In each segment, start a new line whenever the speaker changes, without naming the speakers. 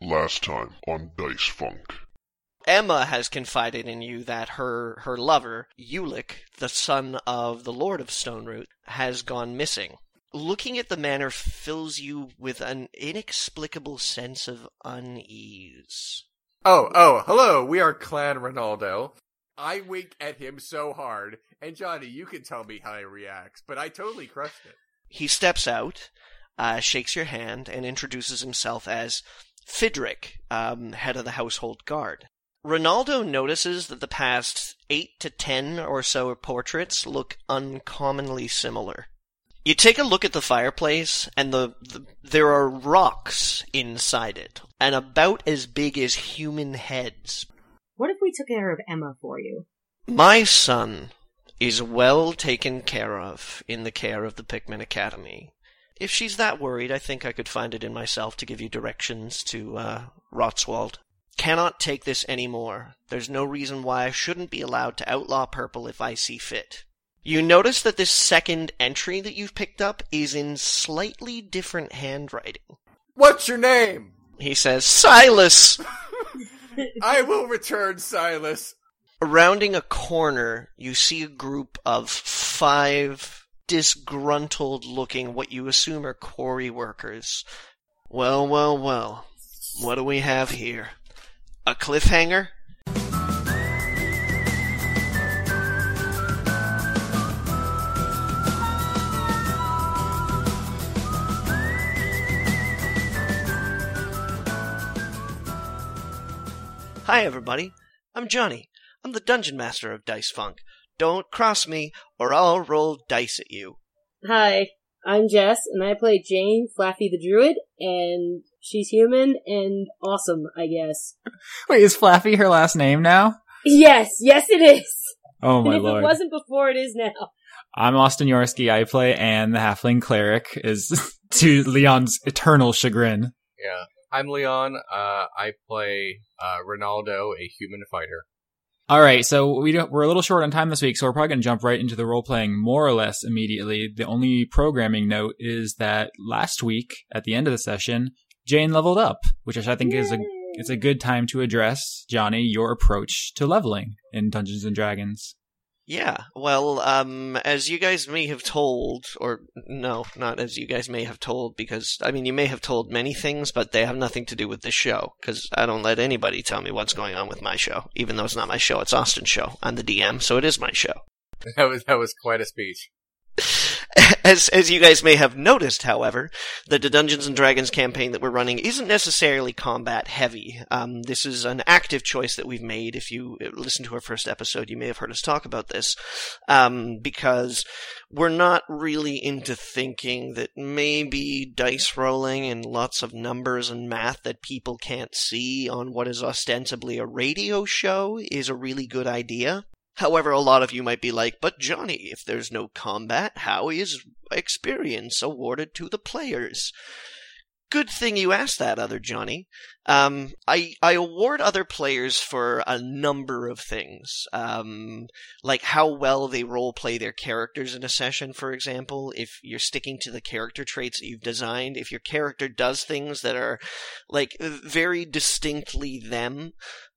last time on Dice Funk.
Emma has confided in you that her her lover, Ulick, the son of the Lord of Stoneroot, has gone missing. Looking at the manor fills you with an inexplicable sense of unease.
Oh, oh, hello. We are Clan Ronaldo. I wink at him so hard, and Johnny, you can tell me how he reacts, but I totally crushed it.
He steps out, uh, shakes your hand, and introduces himself as Fidrick, um, head of the household guard. Ronaldo notices that the past eight to ten or so portraits look uncommonly similar. You take a look at the fireplace, and the, the there are rocks inside it, and about as big as human heads.
What if we took care of Emma for you?
My son is well taken care of in the care of the Pikmin Academy. If she's that worried, I think I could find it in myself to give you directions to uh, Rotswald. Cannot take this any more. There's no reason why I shouldn't be allowed to outlaw purple if I see fit. You notice that this second entry that you've picked up is in slightly different handwriting.
What's your name?
He says, Silas!
I will return, Silas.
Rounding a corner, you see a group of five disgruntled looking, what you assume are quarry workers. Well, well, well. What do we have here? A cliffhanger? Hi, everybody. I'm Johnny. I'm the dungeon master of Dice Funk. Don't cross me, or I'll roll dice at you.
Hi, I'm Jess, and I play Jane Flaffy the Druid, and she's human and awesome, I guess.
Wait, is Flaffy her last name now?
Yes, yes, it is.
Oh my
and if
lord.
it wasn't before, it is now.
I'm Austin Yorsky. I play Anne, the halfling cleric, is to Leon's eternal chagrin.
Yeah. I'm Leon. Uh, I play uh, Ronaldo, a human fighter.
All right, so we don't, we're a little short on time this week, so we're probably going to jump right into the role playing more or less immediately. The only programming note is that last week at the end of the session, Jane leveled up, which I think is a
Yay.
it's a good time to address Johnny your approach to leveling in Dungeons and Dragons.
Yeah, well, um, as you guys may have told, or no, not as you guys may have told, because, I mean, you may have told many things, but they have nothing to do with this show, because I don't let anybody tell me what's going on with my show, even though it's not my show, it's Austin's show. I'm the DM, so it is my show.
That was that was quite a speech.
As as you guys may have noticed, however, that the Dungeons and Dragons campaign that we're running isn't necessarily combat heavy. Um, this is an active choice that we've made. If you uh, listen to our first episode, you may have heard us talk about this, um, because we're not really into thinking that maybe dice rolling and lots of numbers and math that people can't see on what is ostensibly a radio show is a really good idea. However, a lot of you might be like, but Johnny, if there's no combat, how is experience awarded to the players? Good thing you asked that, other Johnny. Um, I I award other players for a number of things, um, like how well they role play their characters in a session, for example. If you're sticking to the character traits that you've designed, if your character does things that are like very distinctly them,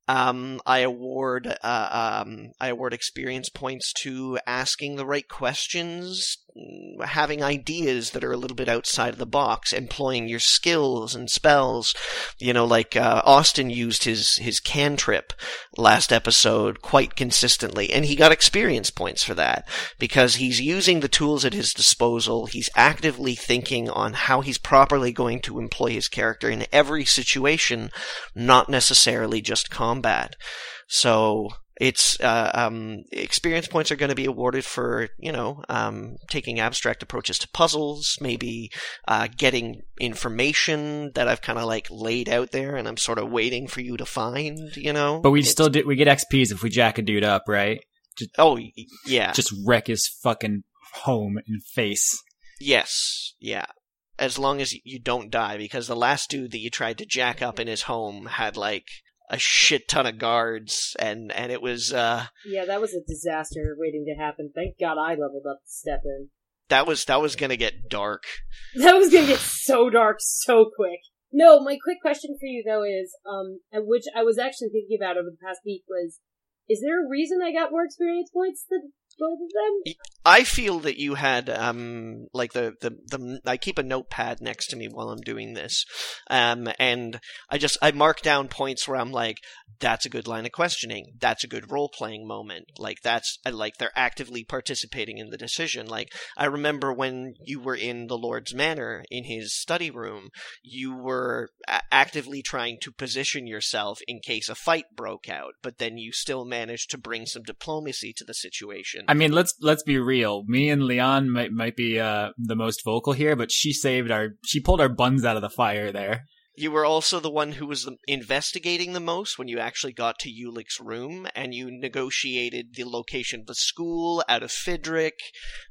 um, I award uh, um, I award experience points to asking the right questions, mm, having ideas that are a little bit outside of the box, employing your skills and spells. You know, like uh, Austin used his his cantrip last episode quite consistently, and he got experience points for that because he's using the tools at his disposal. He's actively thinking on how he's properly going to employ his character in every situation not necessarily just combat. So it's uh, um, experience points are going to be awarded for you know um, taking abstract approaches to puzzles, maybe uh, getting information that I've kind of like laid out there, and I'm sort of waiting for you to find. You know,
But we
It's-
still did we get XPs if we jack a dude up, right?
oh y- yeah
Just wreck his fucking home and face.
Yes, yeah. As long as you don't die, because the last dude that you tried to jack up in his home had like a shit ton of guards, and and it was uh
Yeah, that was a disaster waiting to happen. Thank God I leveled up to step in.
that was that was gonna get dark.
That was gonna get so dark so quick. No, my quick question for you though is, um, and which I was actually thinking about over the past week was, is there a reason I got more experience points than both of them?
I feel that you had um like the the the I keep a notepad next to me while I'm doing this, um and I just I mark down points where I'm like that's a good line of questioning, that's a good role playing moment, like that's I like they're actively participating in the decision. Like I remember when you were in the Lord's Manor in his study room, you were a- actively trying to position yourself in case a fight broke out, but then you still managed to bring some diplomacy to the situation.
I mean, let's let's be real. Me and Leon might might be uh, the most vocal here, but she saved our she pulled our buns out of the fire there.
You were also the one who was the- investigating the most when you actually got to Ulick's room, and you negotiated the location of the school out of Fidrick.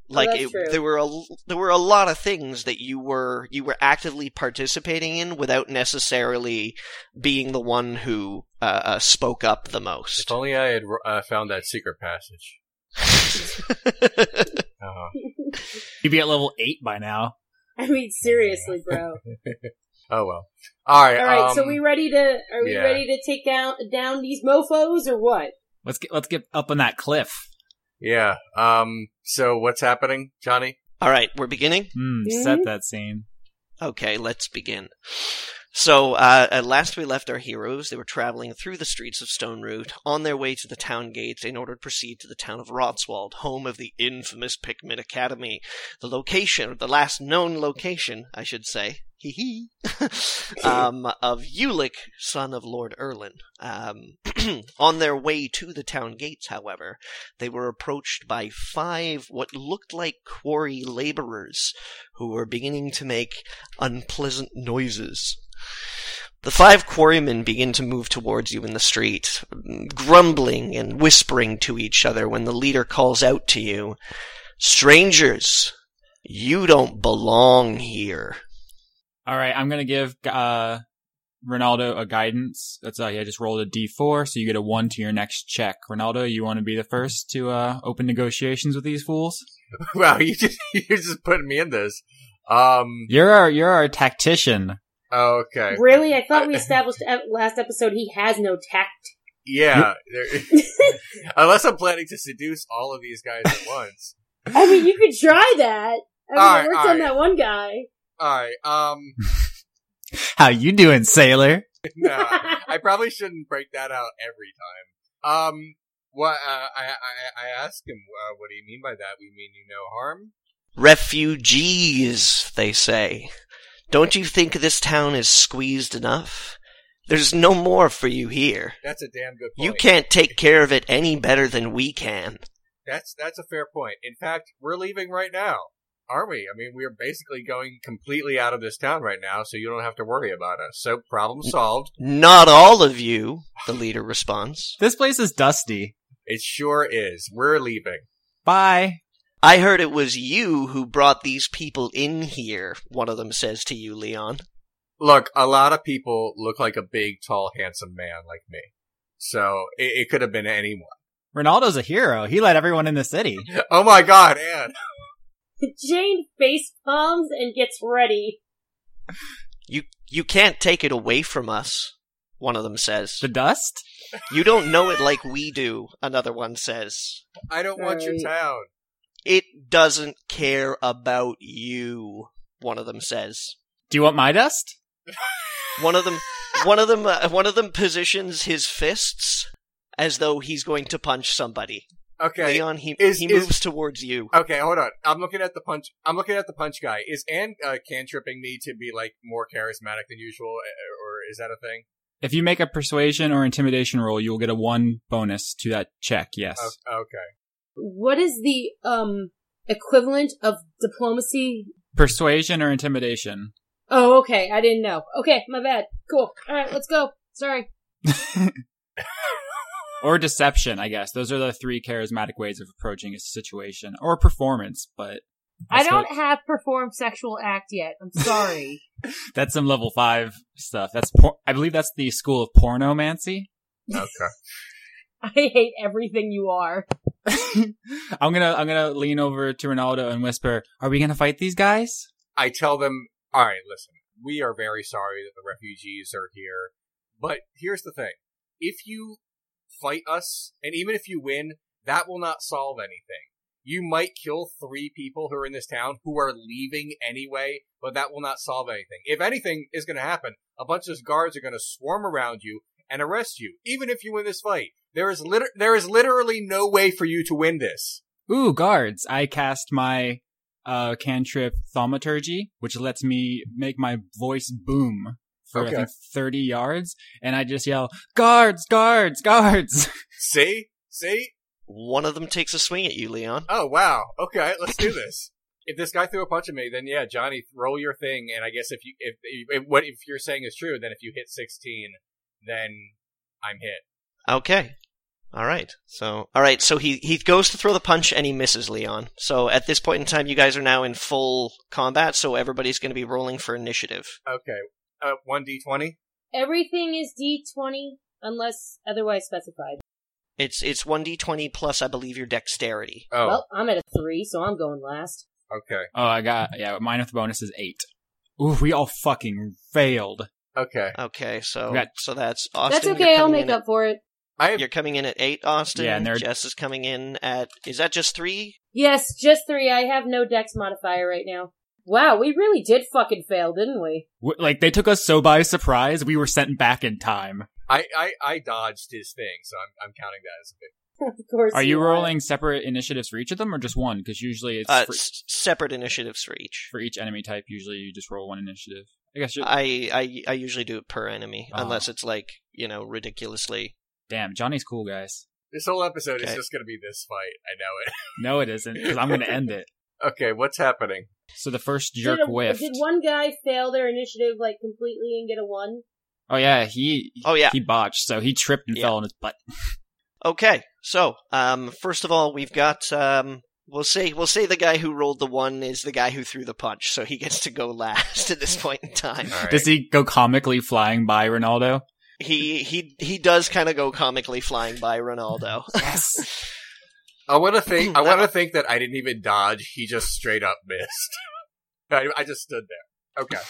Like
Oh, that's
it,
true.
there were a l- there were a lot of things that you were you were actively participating in without necessarily being the one who uh, uh, spoke up the most.
If only I had uh, found that secret passage. Uh,
You'd be at level eight by now.
I mean, seriously, bro.
oh well. All right.
All right, so
um,
we ready to? Are we
yeah.
ready to take down down these mofo's or what?
Let's get let's get up on that cliff.
Yeah. Um. So what's happening, Johnny?
All right, we're beginning.
Hmm,
Mhm.
Set that scene.
Okay, let's begin. So, uh, at last we left our heroes. They were traveling through the streets of Stone Root on their way to the town gates in order to proceed to the town of Rotswald, home of the infamous Pikmin Academy. The location, the last known location, I should say, hee hee, um, of Ulick, son of Lord Erlin. Um, on their way to the town gates, however, they were approached by five what looked like quarry laborers who were beginning to make unpleasant noises. The five quarrymen begin to move towards you in the street, grumbling and whispering to each other when the leader calls out to you, Strangers, you don't belong here.
All right, I'm gonna give uh, Ronaldo a guidance. That's uh, yeah, just rolled a d4, so you get a one to your next check. Ronaldo, you want to be the first to uh, open negotiations with these fools?
Wow, you just you're just putting me in this. Um.
You're our you're our tactician.
Oh, Okay.
Really, I
Uh,
thought we established at last episode he has no tact.
Yeah. there- Unless I'm planning to seduce all of these guys at once.
I mean, you could try that. I mean,
Alright,
it worked on
alright.
that one guy.
All right. Um.
How you doing, sailor?
No, I probably shouldn't break that out every time. Um. What uh, I I I ask him. Uh, what do you mean by that? We mean you no harm.
Refugees, they say. Don't you think this town is squeezed enough? There's no more for you here.
That's a damn good point.
You can't take care of it any better than we can.
That's that's a fair point. In fact, we're leaving right now, aren't we? I mean, we are basically going completely out of this town right now, so you don't have to worry about us. So problem solved.
Not all of you, the leader responds.
This place is dusty.
It sure is. We're leaving.
Bye.
I heard it was you who brought these people in here, one of them says to you, Leon.
Look, a lot of people look like a big, tall, handsome man like me. So it, it could have been anyone.
Ronaldo's a hero. He let everyone in the city.
Oh my God, Anne!
Jane face palms and gets ready.
You you can't take it away from us, one of them says.
The dust?
You don't know it like we do, another one says.
I don't want your
Right.
town.
It doesn't care about you, one of them says.
Do you want my dust?
One of them one of them uh, one of them positions his fists as though he's going to punch somebody.
Okay.
Leon he
Is-
he
is-
moves towards you.
Okay, hold on. I'm looking at the punch. I'm looking at the punch guy. Is Anne uh, cantripping me to be like more charismatic than usual, uh, or is that a thing?
If you make a persuasion or intimidation roll, you will get a one bonus to that check. Yes.
Oh, okay.
What is the um equivalent of diplomacy?
Persuasion or intimidation.
Oh, okay, I didn't know. Okay, my bad. Cool. All right, let's go. Sorry.
Or deception, I guess. Those are the three charismatic ways of approaching a situation or performance, but
I
that's
don't
what-
have performed sexual act yet. I'm sorry.
that's some level five stuff. That's por- I believe that's the school of pornomancy.
Okay.
I hate everything you are.
I'm gonna I'm gonna lean over to Ronaldo and whisper, "Are we gonna fight these guys?"
I tell them, all right, listen, we are very sorry that the refugees are here. But here's the thing if you fight us, and even if you win, that will not solve anything. You might kill three people who are in this town who are leaving anyway, but that will not solve anything. If anything is going to happen, a bunch of guards are going to swarm around you and arrest you, even if you win this fight. There is liter- there is literally no way for you to win this.
Ooh, guards! I cast my uh, cantrip thaumaturgy, which lets me make my voice boom for
Okay.
I think thirty yards, and I just yell, "Guards! Guards! Guards!"
See? See?
One of them takes a swing at you, Leon.
Oh wow. Okay, let's do this. if this guy threw a punch at me, then yeah, Johnny, roll your thing. And I guess if you if, if what if you're saying is true, then if you hit 16, then I'm hit.
Okay. All right. So all right. So he he goes to throw the punch and he misses Leon. So at this point in time, you guys are now in full combat. So everybody's going to be rolling for initiative.
Okay. Uh, one d twenty.
Everything is D20 unless otherwise specified.
It's it's one d twenty plus I believe your dexterity.
Oh,
Well, I'm at a three, so I'm going last.
okay,
oh, I got yeah. Mine with the bonus is eight. Ooh, we all fucking failed.
okay.
Okay. So
Right.
so that's Austin.
That's
you're
okay. I'll
coming
make
in at-
up for it.
I have
You're coming in at eight, Austin.
Yeah, and they're-
Jess is coming in at. Is that just three?
Yes, just three. I have no dex modifier right now. Wow, we really did fucking fail, didn't we?
W- Like they took us so by surprise, we were sent back in time.
I, I I dodged his thing, so I'm I'm counting that as a big.
of course.
Are you
are.
rolling separate initiatives for each of them, or just one? Because usually it's
Uh,
for,
s- separate initiatives for each.
for each enemy type. Usually you just roll one initiative. I guess. you
I, I I usually do it per enemy,
Ah.
unless it's like you know ridiculously.
Damn, Johnny's cool, guys.
This whole episode is
Okay.
just gonna be this fight. I know
No, it isn't, because I'm going to end it.
it. Okay, what's happening?
So the first
Did
jerk
a-
whiffed.
Did one guy fail their initiative like completely and get a one?
Oh yeah, he
Oh yeah.
he botched, so he tripped and
Yeah.
fell on his butt.
Okay. So um, first of all, we've got um, we'll say we'll say the guy who rolled the one is the guy who threw the punch, so he gets to go last at this point in time.
All right.
Does he go comically flying by Ronaldo?
He he he does kind of go comically flying by Ronaldo.
Yes.
I want to think. I want to think that I didn't even dodge. He just straight up missed. I, I just stood there. Okay.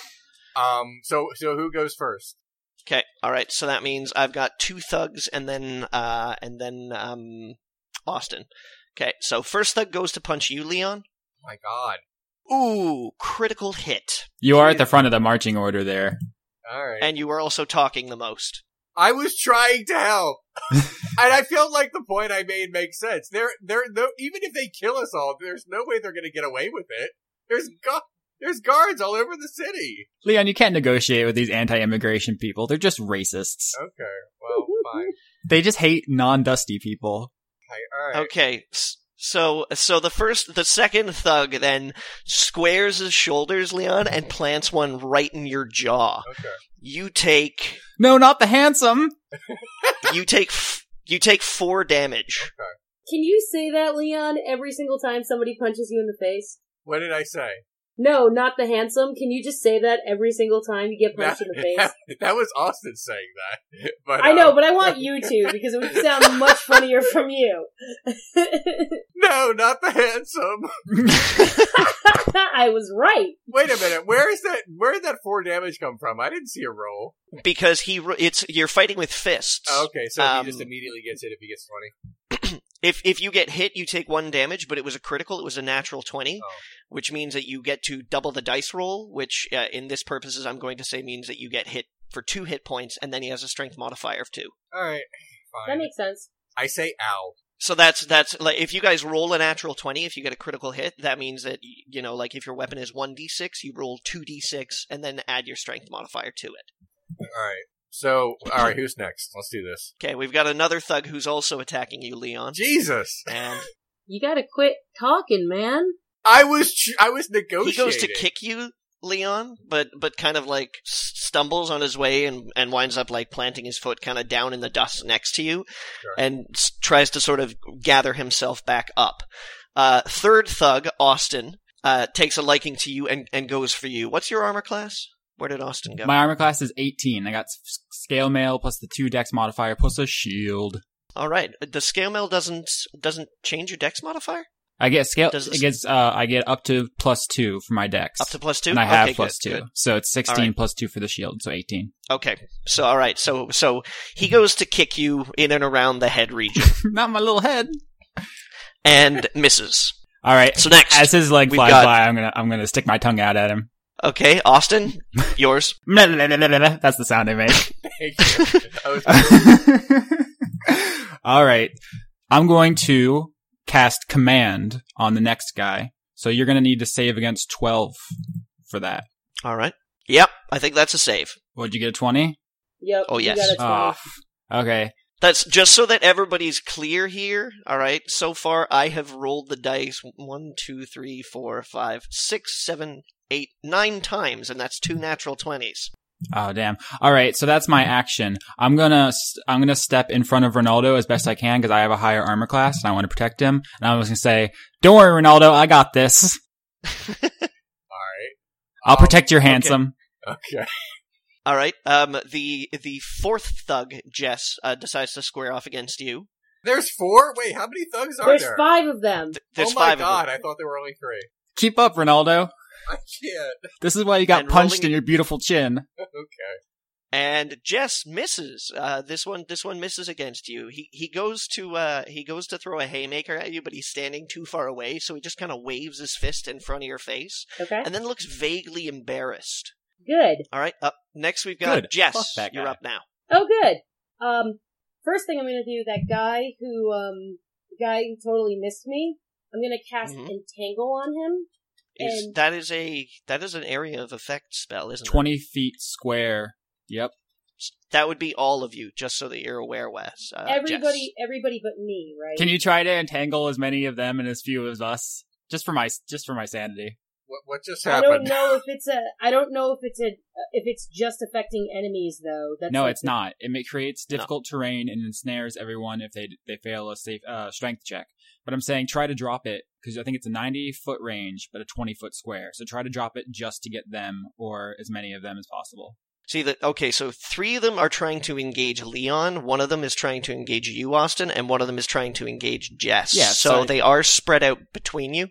Um. So so who goes first?
Okay. All right. So that means I've got two thugs and then uh and then um Austin. Okay. So first thug goes to punch you, Leon.
Oh my God.
Ooh, critical hit.
you are at the front of the marching order there.
All right.
And you are also talking the most.
I was trying to help, and I feel like the point I made makes sense. There, there, no. Even if they kill us all, there's no way they're going to get away with it. There's gu- there's guards all over the city.
Leon, you can't negotiate with these anti-immigration people. They're just racists.
Okay. Well, Oh, fine.
They just hate non-dusty people.
Okay, all right.
Okay. s- So so the first the second thug then squares his shoulders, Leon, and plants one right in your jaw.
Okay.
You take
No, not the handsome.
you take f- you take 4 damage.
Can you say that, Leon, every single time somebody punches you in the face?
What did I say?
No, not the handsome. Can you just say that every single time you get punched in the face?
that was Austin saying that. But
I
uh,
know, but I want you to because it would sound much funnier from you.
no, not the handsome.
I was right.
Wait a minute. Where is that? Where did that four damage come from? I didn't see a roll.
Because he ro- it's you're fighting with fists.
Oh, okay, so
Um,
he just immediately gets it if he gets twenty.
If if you get hit, you take one damage, but it was a critical. It was a natural twenty,
Oh.
which means that you get to double the dice roll. Which uh, in this purposes, I'm going to say means that you get hit for two hit points, and then he has a strength modifier of two.
All right.
That
Fine.
makes sense.
I say ow.
So that's that's like if you guys roll a natural twenty, if you get a critical hit, that means that y- you know like if your weapon is one d six, you roll two d six and then add your strength modifier to it.
All right. So, all right, who's next? Let's do this.
Okay, we've got another thug who's also attacking you, Leon.
Jesus,
And
You gotta quit talking, man.
I was tr- I was
he
negotiating.
goes to kick you leon but but kind of like s- stumbles on his way and and winds up like planting his foot kind of down in the dust next to you
Sure.
and s- tries to sort of gather himself back up uh third thug austin uh takes a liking to you and and goes for you what's your armor class where did austin go
My armor class is 18. I got s- scale mail plus the two dex modifier plus a shield.
all right the scale mail doesn't doesn't change your dex modifier
I get scale
Does it-
against. Uh, I get up to plus two for my dex.
Up to plus two.
and I have
okay,
plus
good,
two,
good.
so it's sixteen
Alright.
plus two for the shield, so eighteen.
Okay. So all right. So so he goes to kick you in and around the head region
Not my little head.
and misses.
All right.
So next,
As his leg
We've
flies
got-
by, I'm gonna I'm gonna stick my tongue out at him.
okay, Austin, yours.
That's the sound I make.
Thank you. I was-
All right. I'm going to cast command on the next guy. So you're gonna need to save against twelve for that.
All right. Yep. I think that's a save.
Would you get a twenty?
Yep.
Oh,
you
yes.
got a 20.
Ah. Okay.
That's just so that everybody's clear here. All right. So far, I have rolled the dice one, two, three, four, five, six, seven, eight, nine times, and that's two natural twenties.
Oh damn! All right, so that's my action. I'm gonna st- I'm gonna step in front of Ronaldo as best I can because I have a higher armor class and I want to protect him. And I was gonna say, "Don't worry, Ronaldo, I got this.
All
I'll
Um,
protect your handsome."
right. Okay.
All right. Um. The the fourth thug Jess uh, decides to square off against you.
There's four. Wait, how many thugs are
There's
there?
five of them.
Th- There's
oh my
five
god!
of them.
I thought there were only three.
Keep up, Ronaldo.
I can't.
This is why you got
And
punched
rolling-
in your beautiful chin.
Okay.
And Jess misses. Uh, this one, this one misses against you. He he goes to uh, he goes to throw a haymaker at you, but he's standing too far away, so he just kind of waves his fist in front of your face,
Okay.
and then looks vaguely embarrassed.
Good.
All right. Up next, we've got
Good. Fuck
Jess.
that
You're
guy.
up now.
Oh, good. Um, first thing I'm gonna do, that guy who, um, the guy who totally missed me, I'm gonna cast
Mhm.
Entangle on him.
Is
And-
that is a that is an area of effect spell, isn't it?
Twenty feet square. Yep.
That would be all of you, just so that you're aware, Wes. Uh,
everybody, everybody but me, right?
Can you try to entangle as many of them and as few as us, just for my just for my sanity?
What what just
I don't
happened?
know if it's a. I don't know if it's a. If it's just affecting enemies though. That's
no,
like
it's
the-
not. It ma- creates difficult terrain and ensnares everyone if they they fail a safe uh, strength check. But I'm saying try to drop it because I think it's a 90 foot range, but a 20 foot square. So try to drop it just to get them or as many of them as possible.
See that? Okay, so three of them are trying to engage Leon. One of them is trying to engage you, Austin, and one of them is trying to engage Jess.
Yeah,
So
so-
they are spread out between you.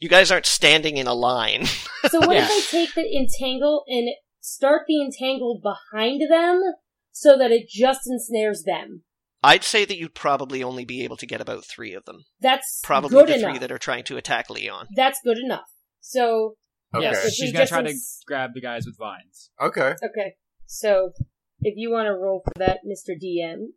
You guys aren't standing in a line.
So what
Yeah.
if I take the entangle and start the entangle behind them so that it just ensnares them?
I'd say that you'd probably only be able to get about three of them.
That's
Probably
good
the
enough.
three that are trying to attack Leon.
That's good enough. So
Okay.
Yeah,
Yes,
so
if
she's
we
gonna
just
try to
ins-
grab the guys with vines.
Okay.
okay. So if you want to roll for that, Mister DM.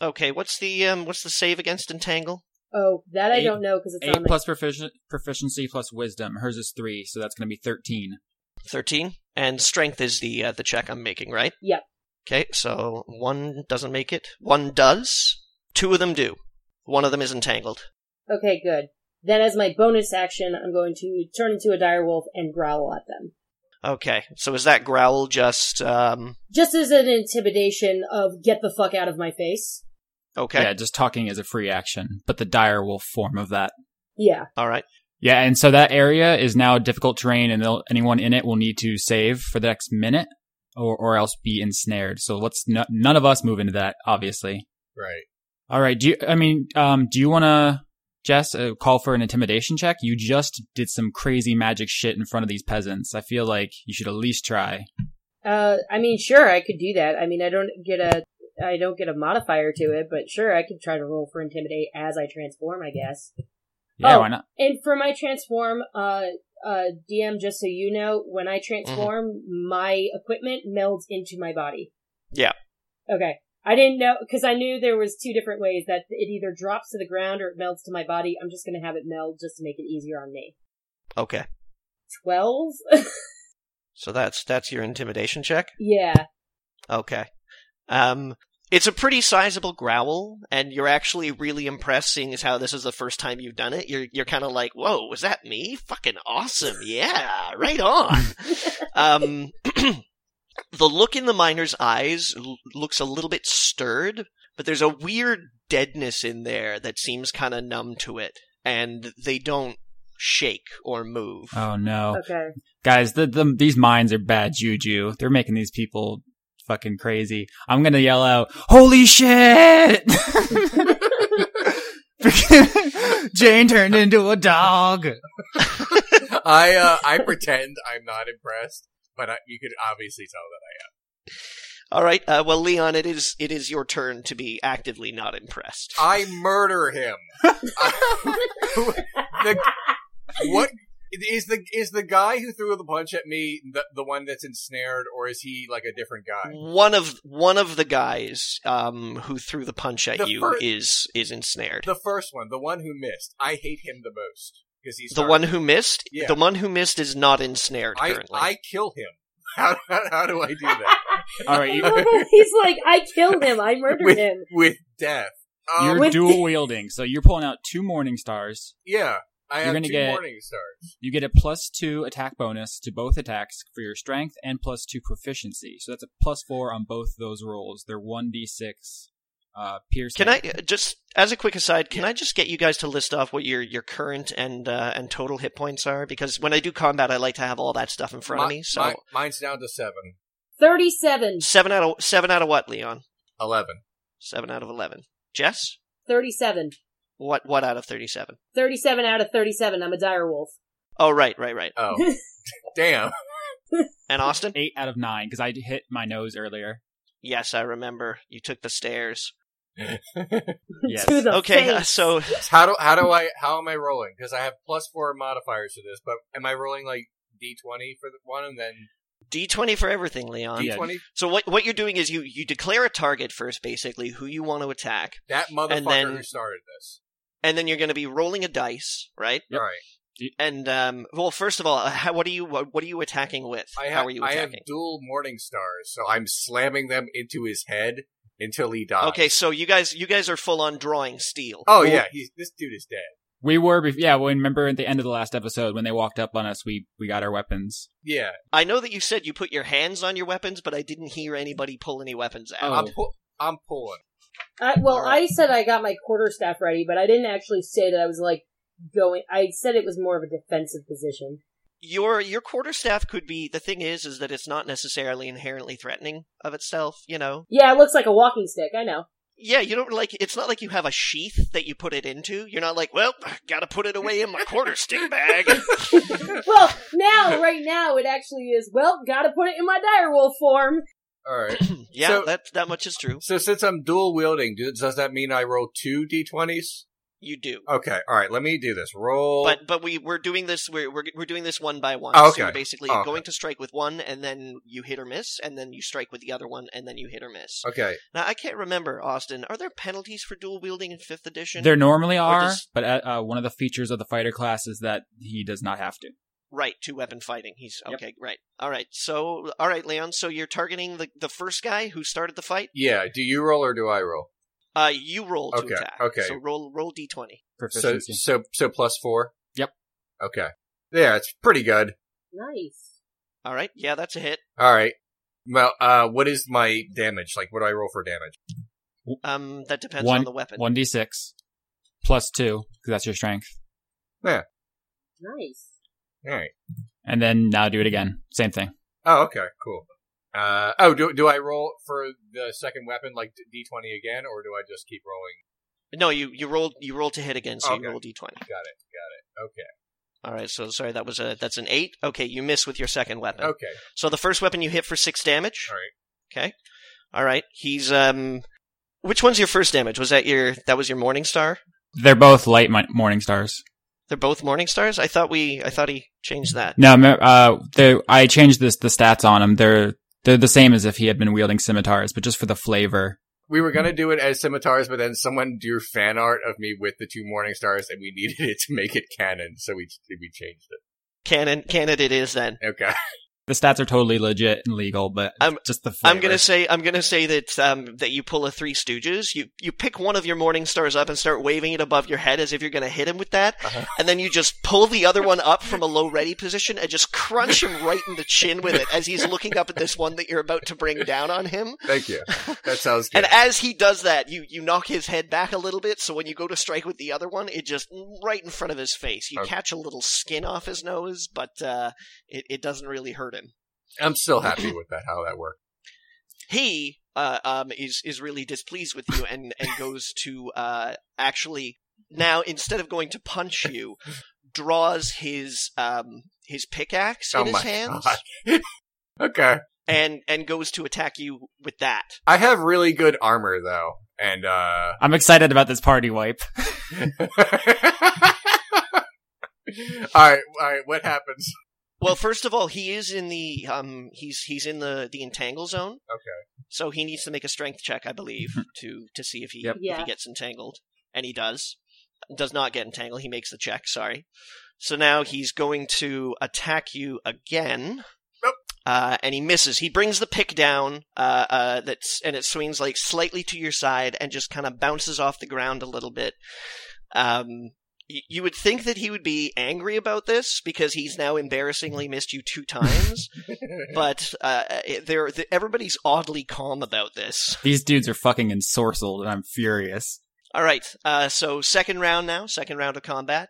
Okay, what's the um, what's the save against entangle?
Oh, that I
Eight-
don't know because it's
Eight
on
plus profici- proficiency plus wisdom. Hers is three, so that's going to be 13.
Thirteen. And strength is the uh, the check I'm making, right?
Yep.
Okay, so one doesn't make it. One does. Two of them do. One of them is entangled.
My, okay, good. Then as my bonus action, I'm going to turn into a dire wolf and growl at them.
Okay, so is that growl just um?
Just as an intimidation of get the fuck out of my face.
Okay,
Yeah, just talking is a free action, but the dire wolf form of that.
Yeah.
all right.
Yeah, and so that area is now difficult terrain, and they'll- anyone in it will need to save for the next minute, or or else be ensnared. So let's n- none of us move into that, obviously.
Right.
All right. Do you? I mean, um, do you want to, Jess, uh, call for an intimidation check? You just did some crazy magic shit in front of these peasants. I feel like you should at least try.
Uh, I mean, sure, I could do that. I mean, I don't get a, I don't get a modifier to it, but sure, I could try to roll for intimidate as I transform, I guess.
Yeah,
Oh.
why not?
And for my transform, uh, uh, DM, just so you know, when I transform, my equipment melds into my body.
Yeah.
Okay. I didn't know because I knew there was two different ways that it either drops to the ground or it melds to my body. I'm just gonna have it meld just to make it easier on me.
Okay,
Twelve.
so that's that's your intimidation check.
yeah.
Okay. Um, it's a pretty sizable growl, and you're actually really impressed seeing as how this is the first time you've done it. You're, you're kind of like, whoa, was that me? Fucking awesome. Yeah, right on. um, the look in the miner's eyes l- looks a little bit stirred, but there's a weird deadness in there that seems kind of numb to it, and they don't shake or move.
Oh no,
Okay.
guys, the, the these mines are bad juju. They're making these people fucking crazy. I'm gonna yell out, "Holy shit!" Jane turned into a dog.
I uh, I pretend I'm not impressed, but I, you could obviously tell that I
All right. Uh, well, Leon, it is it is your turn to be actively not impressed.
I murder him. The- what is the is the guy who threw the punch at me the, the one that's ensnared, or is he like a different guy?
One of one of the guys um, who threw the punch at
The
you
fir-
is is ensnared.
The first one, the one who missed. I hate him the most because he's
The
hard.
one who missed.
Yeah.
The one who missed is not ensnared
I
currently.
I kill him. How, how, how do I do that
All right, you,
He's like, I killed him. I murdered
With-
him.
with death? Um,
you're
With-
dual wielding, so you're pulling out two Morning Stars.
yeah, I
You're
have
gonna
two
get-
morning stars.
You get a plus two attack bonus to both attacks for your strength and plus two proficiency. So that's a plus four on both those rolls. They're one d six. Uh, pierce.
Can I uh, just, as a quick aside, can I just get you guys to list off what your your current and uh, and total hit points are? Because when I do combat, I like to have all that stuff in front of
Mi-
me. So
mi- mine's down to seven.
37.
seven out of seven out of what, Leon?
Eleven.
Seven out of eleven. Jess,
37.
what what out of thirty-seven?
37 out of 37. I'm a dire wolf.
Oh, right, right, right.
Oh, damn.
And Austin?
Eight out of nine because I hit my nose earlier.
Yes, I remember. You took the stairs.
Yes.
to the
okay,
face.
uh, so
How do how do I how am I rolling? Because I have plus four modifiers to this, but am I rolling like d twenty for the one and then
D20 for everything, Leon.
d
yeah.
twenty?
So what what you're doing is you you declare a target first, basically who you want to attack,
That motherfucker
then-
who started this.
and then you're going to be rolling a dice, right?
Yep.
All right,
And um, well, first of all, uh, how, what are you what, what are you attacking with?
I have
how are you
I have
attacking?
dual morning stars, so I'm slamming them into his head until he dies.
okay, so you guys you guys are full on drawing steel.
Oh yeah, he's this dude is dead.
We were, bef- yeah. Well, remember at the end of the last episode when they walked up on us, we we got our weapons.
Yeah,
I know that you said you put your hands on your weapons, but I didn't hear anybody pull any weapons out. Um,
Oh.
I'm pu- I'm pulling.
I, well,
All right.
I said I got my quarterstaff ready, but I didn't actually say that I was like going. I said it was more of a defensive position.
Your your quarterstaff could be the thing is is that it's not necessarily inherently threatening of itself. You know,
Yeah, it looks like a walking stick. I know.
yeah, you don't like it's not like you have a sheath that you put it into. You're not like, well, gotta put it away in my quarterstick bag.
Well, now, right now, it actually is. Well, gotta put it in my direwolf form.
All right.
yeah,
So-
that that much is true.
So since I'm dual wielding, do- does that mean I roll two d twenties?
You do.
Okay. All right. Let me do this. Roll.
But but we we're doing this we're we're, we're doing this one by one.
Oh,
So
okay.
you're basically
Oh, okay.
going to strike with one, and then you hit or miss, and then you strike with the other one, and then you hit or miss.
okay.
Now I can't remember, Austin. Are there penalties for dual wielding in fifth edition?
There normally are,
does-
but uh, uh, one of the features of the fighter class is that he does not have to.
Right, two weapon fighting. He's
Yep.
okay. Right. All right. So all right, Leon. So you're targeting the the first guy who started the fight.
Yeah. Do you roll or do I roll?
Uh, you roll to
Okay,
attack.
okay.
So roll roll d20.
So
Proficiency.
so so plus four.
Yep.
Okay. Yeah, it's pretty good.
Nice.
All right. Yeah, that's a hit.
All right. Well, uh, what is my damage? Like, what do I roll for damage?
Um, that depends
One-
on the weapon.
One d six plus two because that's your strength,
Nice.
All right.
and then now do it again. Same thing.
Oh, okay, cool. Uh, oh, do do I roll for the second weapon like d twenty again, or do I just keep rolling?
No, you you rolled you rolled to hit again. So
Okay.
you roll d20.
Got it. Got it. Okay.
All right. So sorry, that was a that's an eight. Okay, you miss with your second weapon.
Okay.
So the first weapon you hit for six damage.
All right.
Okay. All right. He's um. Which one's your first damage? Was that your that was your Morning Star?
They're both light mi- morning stars.
They're both Morning Stars. I thought we I thought he changed that.
No, me- uh, they- I changed this the stats on them. They're they're the same as if he had been wielding scimitars, but just for the flavor.
We were gonna do it as scimitars, but then someone drew fan art of me with the two morning stars, and we needed it to make it canon, so we we changed it.
Canon canon it is then.
Okay.
The stats are totally legit and legal, but
I'm-
just the flavor.
I'm gonna say I'm gonna say that um that you pull a Three Stooges. You you pick one of your Morning Stars up and start waving it above your head as if you're gonna hit him with that,
Uh-huh.
and then you just pull the other one up from a low ready position and just crunch him right in the chin with it as he's looking up at this one that you're about to bring down on him.
Thank you. That sounds good.
And as he does that, you, you knock his head back a little bit, so when you go to strike with the other one, it just right in front of his face. You
Okay.
catch a little skin off his nose, but uh, it, it doesn't really hurt him.
I'm still happy with that. How that worked.
He uh, um, is is really displeased with you and, and goes to uh, actually now instead of going to punch you, draws his um his pickaxe
Oh
in his
my
hands
God. okay.
and and goes to attack you with that.
I have really good armor though, and uh,
I'm excited about this party wipe.
all right, all right. What happens?
Well, first of all, he is in the um he's he's in the the entangle zone. Okay. So he needs to make a strength check, I believe, to to see if he
Yep.
if
Yeah.
he gets entangled, and he does. Does not get entangled. He makes the check. Sorry. So now he's going to attack you again.
Nope.
Uh, and he misses. He brings the pick down, uh, uh, that's, and it swings like slightly to your side and just kind of bounces off the ground a little bit. Um, y- you would think that he would be angry about this because he's now embarrassingly missed you two times, but uh, it- they're, th everybody's oddly calm about this.
These dudes are fucking ensorcelled, and I'm furious.
All right, uh, so second round now, second round of combat.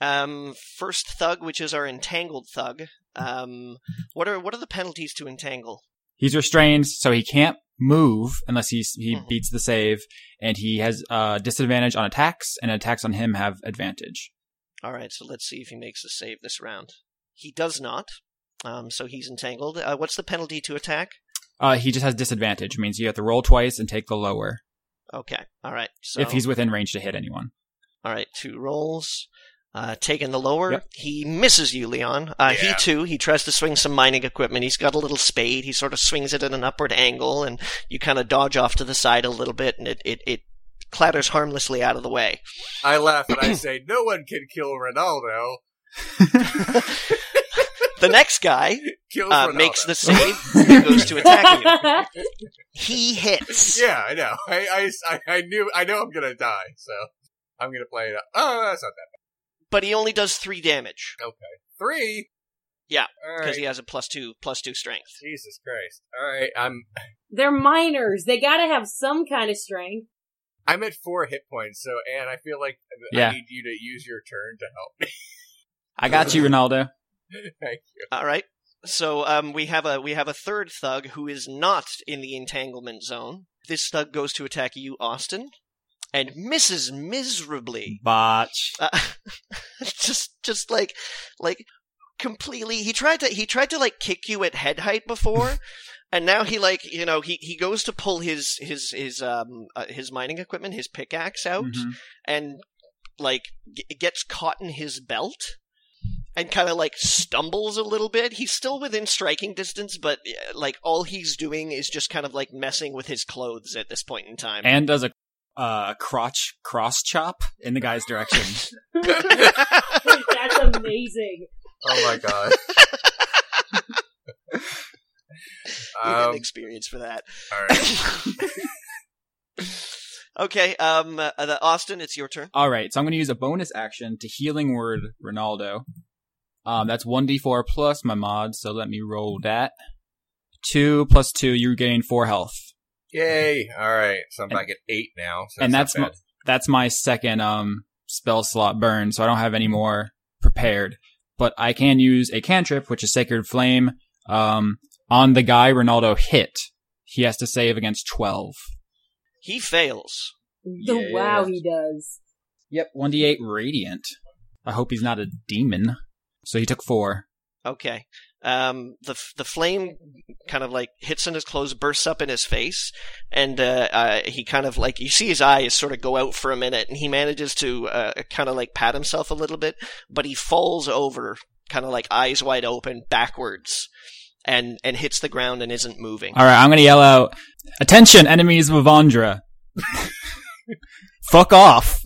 Um, first thug, which is our entangled thug. Um, what are what are the penalties to entangle?
He's restrained, so he can't move unless he he
Mhm.
beats the save, and he has uh, disadvantage on attacks, and attacks on him have advantage.
All right, so let's see if he makes a save this round. He does not, um, so he's entangled. Uh, what's the penalty to attack?
Uh, he just has disadvantage, means you have to roll twice and take the lower
Okay, all right. So
if he's within range to hit anyone.
All right, two rolls. Uh, taking the lower,
Yep.
he misses you, Leon. Uh, He
Yeah.
too, he tries to swing some mining equipment. He's got a little spade. He sort of swings it at an upward angle, and you kind of dodge off to the side a little bit, and it, it, it clatters harmlessly out of the way.
I laugh and I say, "No one can kill Ronaldo.
The next guy
Kill
uh,
Ronaldo."
makes the save and goes to attack you. He hits.
Yeah, I know. I, I, I knew. I know I'm gonna die, so I'm gonna play it. Up. Oh, that's not that.
But he only does three damage
bad. Three.
Yeah,
All
because
right.
he has a plus two plus two strength.
Jesus Christ. All right. I'm.
They're minors. They gotta have some kind of strength.
I'm at four hit points. So, Anne, I feel like
Yeah.
I need you to use your turn to help me.
I got you, Ronaldo.
All right. So um, we have a we have a third thug who is not in the entanglement zone. This thug goes to attack you, Austin, and misses miserably.
Botch.
Uh, just just like like completely. He tried to he tried to like kick you at head height before. And now he like you know he, he goes to pull his his his um uh, his mining equipment his pickaxe out
Mhm.
and like g- gets caught in his belt and kind of like stumbles a little bit. He's still within striking distance, but eh, like all he's doing is just kind of like messing with his clothes at this point in time.
And does a uh, crotch cross chop in the guy's direction.
That's amazing.
Oh my god.
you get an
um,
experience for that.
all right.
okay, um, uh, the- Austin, it's your turn.
All right, so I'm going to use a bonus action to healing word Ronaldo. Um, that's one d4 plus my mod, so let me roll that. Two plus two, you gain four health.
Yay! All right. So I'm
And-
back at eight now. So
and
not
that's my,
bad.
that's my second um spell slot burn, so I don't have any more prepared. But I can use a cantrip, which is Sacred Flame, um, on the guy Ronaldo hit. He has to save against twelve.
He fails.
The
Yeah.
wow he does.
Yep, one d eight radiant. I hope he's not a demon. So he took four.
Okay. Um, the f- the flame kind of like hits in his clothes, bursts up in his face, and uh, uh, he kind of like you see his eyes sort of go out for a minute, and he manages to uh, kind of like pat himself a little bit, but he falls over, kind of like eyes wide open, backwards, and and hits the ground and isn't moving.
All right, I'm gonna yell out, "Attention, enemies of Avandra! Fuck off!"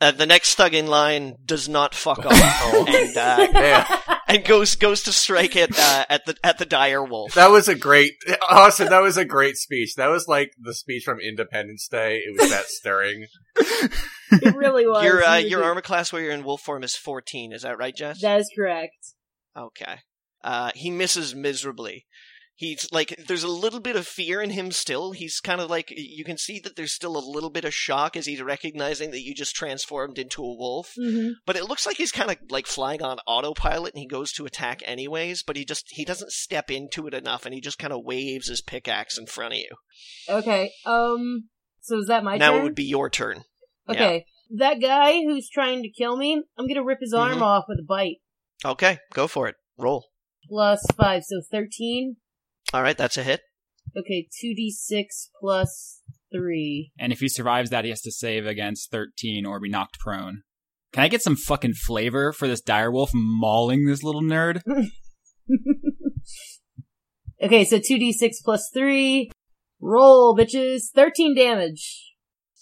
Uh, the next thug in line does not fuck off and uh, and goes goes to strike at uh, at the at the dire wolf.
That was a great, Austin. That was a great speech. That was like the speech from Independence Day. It was that stirring.
It really was.
Your uh,
He was
your
a-
armor class where you're in wolf form is 14. Is that right, Jess?
That is correct.
Okay. Uh, he misses miserably. He's like, there's a little bit of fear in him still. He's kind of like, you can see that there's still a little bit of shock as he's recognizing that you just transformed into a wolf.
Mhm.
But it looks like he's kind of like flying on autopilot and he goes to attack anyways, but he just, he doesn't step into it enough and he just kind of waves his pickaxe in front of you.
Okay. Um. So is that my
now
turn?
it would be your turn. yeah.
okay. That guy who's trying to kill me, I'm gonna rip his arm
Mhm.
off with a bite.
Okay, go for it. Roll.
Plus five, so thirteen.
All right, that's a hit.
Okay, two d six plus three.
And if he survives that, he has to save against 13 or be knocked prone. Can I get some fucking flavor for this direwolf mauling this little nerd?
okay, so two d six plus three. Roll, bitches. Thirteen damage.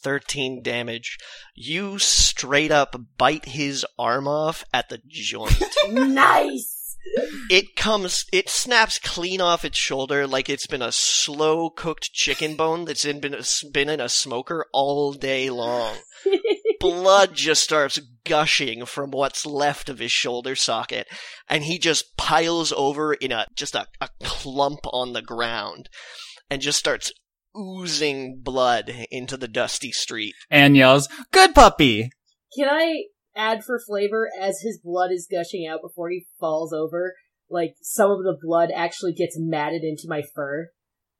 13 damage. You straight up bite his arm off at the joint.
nice.
it comes, it snaps clean off its shoulder like it's been a slow cooked chicken bone that's in, been, been in a smoker all day long. Blood just starts gushing from what's left of his shoulder socket, and he just piles over in a just a, a clump on the ground and just starts oozing blood into the dusty street.
And yells, Good puppy!
Can I add for flavor as his blood is gushing out before he falls over? Like some of the blood actually gets matted into my fur.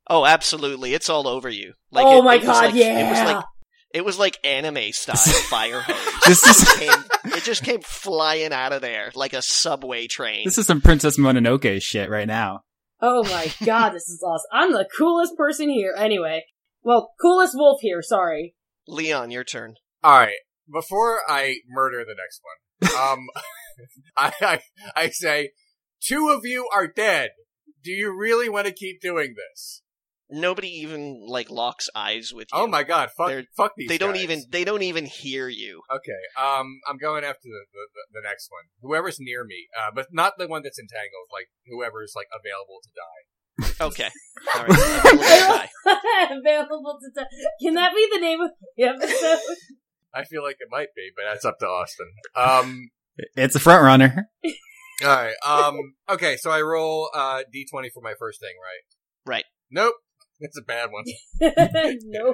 Oh, absolutely. It's all over you. Like
oh
it-
my
it was
god,
like-
yeah.
It was like it was like anime style fire hose.
This is,
Came- it just came flying out of there like a subway train.
this is some Princess Mononoke shit right now.
oh my god, this is awesome. I'm the coolest person here. Anyway, well, coolest wolf here. Sorry.
Leon, your turn.
All right. Before I murder the next one, um, I, I I say, two of you are dead. Do you really want to keep doing this?
Nobody even like locks eyes with you.
Oh my god! Fuck!
They're-
fuck these.
They don't
guys.
even they don't even hear you.
Okay. Um, I'm going after the, the, the next one. Whoever's near me, uh, but not the one that's entangled. Like whoever's like available to die.
Okay. All right. Roll this die.
Available to t- Can that be the name of the episode?
I feel like it might be, but that's up to Austin. Um.
It's a front runner.
All right. Um. Okay. So I roll uh d20 for my first thing, right?
Right.
Nope. That's a bad one.
no.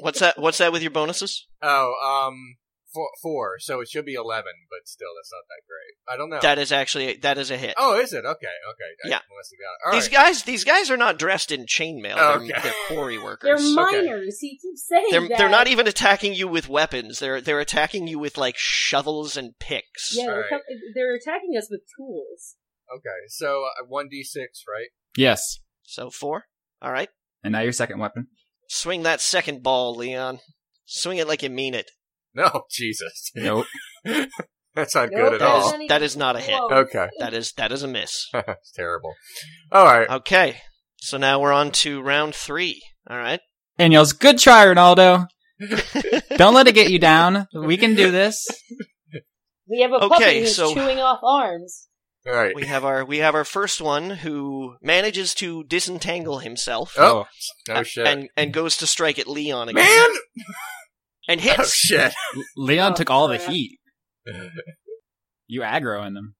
What's that what's that with your bonuses?
Oh, um, four, four. So it should be eleven, but still, that's not that great. I don't know.
That is actually that is a hit.
oh, is it? Okay, okay. I
Yeah.
must have got it. All
these
right. Oh,
guys these guys are not dressed in chainmail. They're,
Okay.
they're quarry workers.
They're minors. He keeps saying
They're
that.
they're not e- even attacking you with weapons. They're they're attacking you with like shovels and picks.
Yeah, they're,
Alright.
com- they're attacking us with tools.
Okay, so uh, one d six, right?
Yes.
So four. All right.
And now your second weapon.
Swing that second ball, Leon. Swing it like you mean it.
No, Jesus,
Nope.
that's not
Nope,
good at
That
all.
is that is not a hit.
Whoa.
Okay,
That is that is a miss.
it's terrible. All right.
Okay. So now we're on to round three. All right.
And yells, Good try, Ronaldo! Don't let it get you down. We can do this.
We have a
Okay,
puppy who's
so-
chewing off arms.
All right.
we have our we have our first one who manages to disentangle himself
Oh,
uh,
no shit,
and and goes to strike at Leon again
man.
and
Oh
hits.
shit.
L- Leon
Oh,
took all the
crap.
heat. You aggroing them.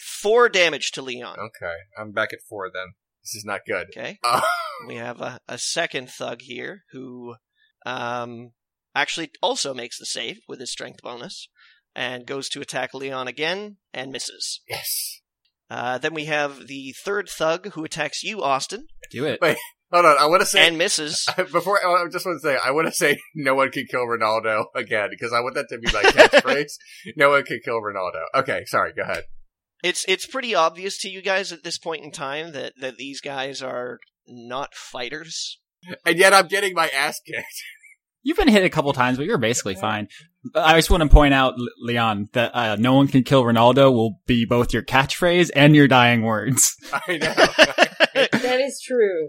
Four damage to Leon.
Okay, I'm back at four then. This is not good.
Okay.
Uh,
We have a, a second thug here who um, actually also makes the save with his strength bonus and goes to attack Leon again and misses.
yes.
Uh, then we have the third thug who attacks you, Austin,
Do it.
Wait. Hold on. I want to say
and misses.
Before I I just want to say, I want to say no one can kill Ronaldo again because I want that to be my catchphrase. no one can kill Ronaldo. Okay, sorry. Go ahead.
It's it's pretty obvious to you guys at this point in time that, that these guys are not fighters.
And yet I'm getting my ass kicked.
You've been hit a couple times, but you're basically fine. I just want to point out, L- Leon, that uh, no one can kill Ronaldo will be both your catchphrase and your dying words.
I know.
uh,
That is true.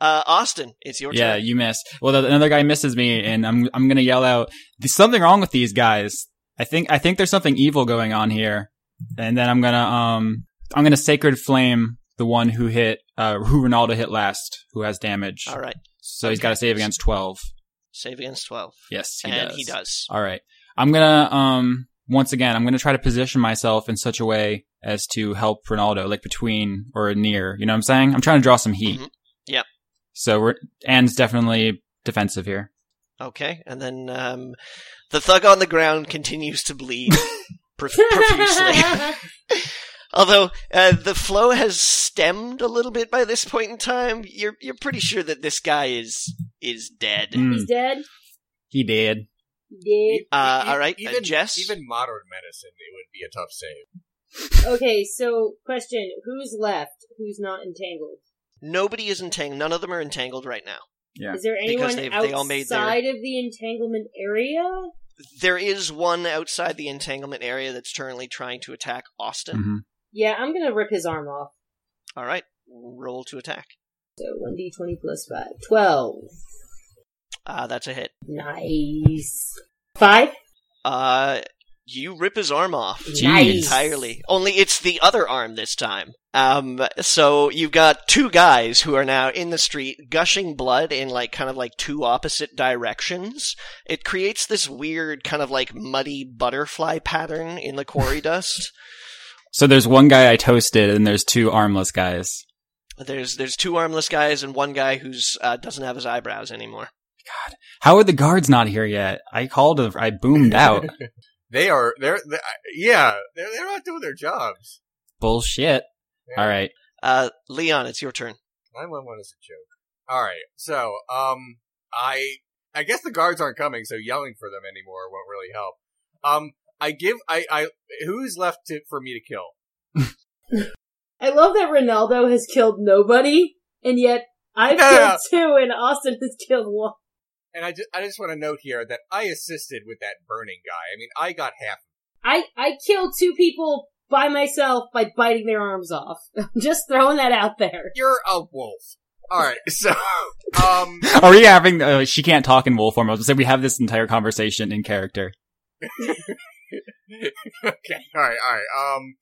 Austin, it's your
yeah,
turn.
you missed. Well, the, another guy misses me, and I'm I'm gonna yell out, "There's something wrong with these guys. I think I think there's something evil going on here." And then I'm gonna um I'm gonna sacred flame the one who hit uh who Ronaldo hit last, who has damage.
All right.
So he's got to save against twelve.
Save against 12.
Yes, he
and
does.
he does.
All right. I'm gonna um once again I'm gonna try to position myself in such a way as to help Ronaldo, like between or near. You know what I'm saying? I'm trying to draw some heat.
Mhm. Yep.
So we're Anne's definitely defensive here.
Okay, and then um, the thug on the ground continues to bleed prof- profusely. Although uh, the flow has stemmed a little bit by this point in time, you're you're pretty sure that this guy is is dead.
Mm,
He's dead.
he did.
Dead.
Uh,
E-
all right, uh,
even
Jess.
even modern medicine, it would be a tough save.
Okay, so question: Who's left? Who's not entangled?
Nobody is entangled. None of them are entangled right now.
Yeah.
Is there
Because
anyone
they've-
outside
they all made their-
of the entanglement area?
There is one outside the entanglement area that's currently trying to attack Austin.
hmm
Yeah, I'm gonna rip his arm off.
All right, roll to attack.
So one d twenty plus five. Twelve.
Uh, that's a hit.
Nice. Five.
Uh, you rip his arm off
Nice.
entirely. Only it's the other arm this time. Um, so you've got two guys who are now in the street, gushing blood in like kind of like two opposite directions. It creates this weird kind of like muddy butterfly pattern in the quarry dust.
So there's one guy I toasted, and there's two armless guys.
There's there's two armless guys and one guy who's uh, doesn't have his eyebrows anymore.
How are the guards not here yet? I called. a- I boomed out.
They are they're, they yeah they're, they're not doing their jobs.
Bullshit. All right.
Uh, Leon, it's your turn.
Nine one one is a joke. All right, so um, I I guess the guards aren't coming, so yelling for them anymore won't really help. Um, I give I I who's left to, for me to kill?
I love that Ronaldo has killed nobody, and yet I've
Yeah.
killed two, and Austin has killed one.
And I just I just want to note here that I assisted with that burning guy. I mean, I got half.
I I killed two people by myself by biting their arms off. I'm just throwing that out there.
You're a wolf. All right, so um,
Are we having? Uh, she can't talk in wolf form. I was gonna say we have this entire conversation in character.
okay, all right, all right. Um,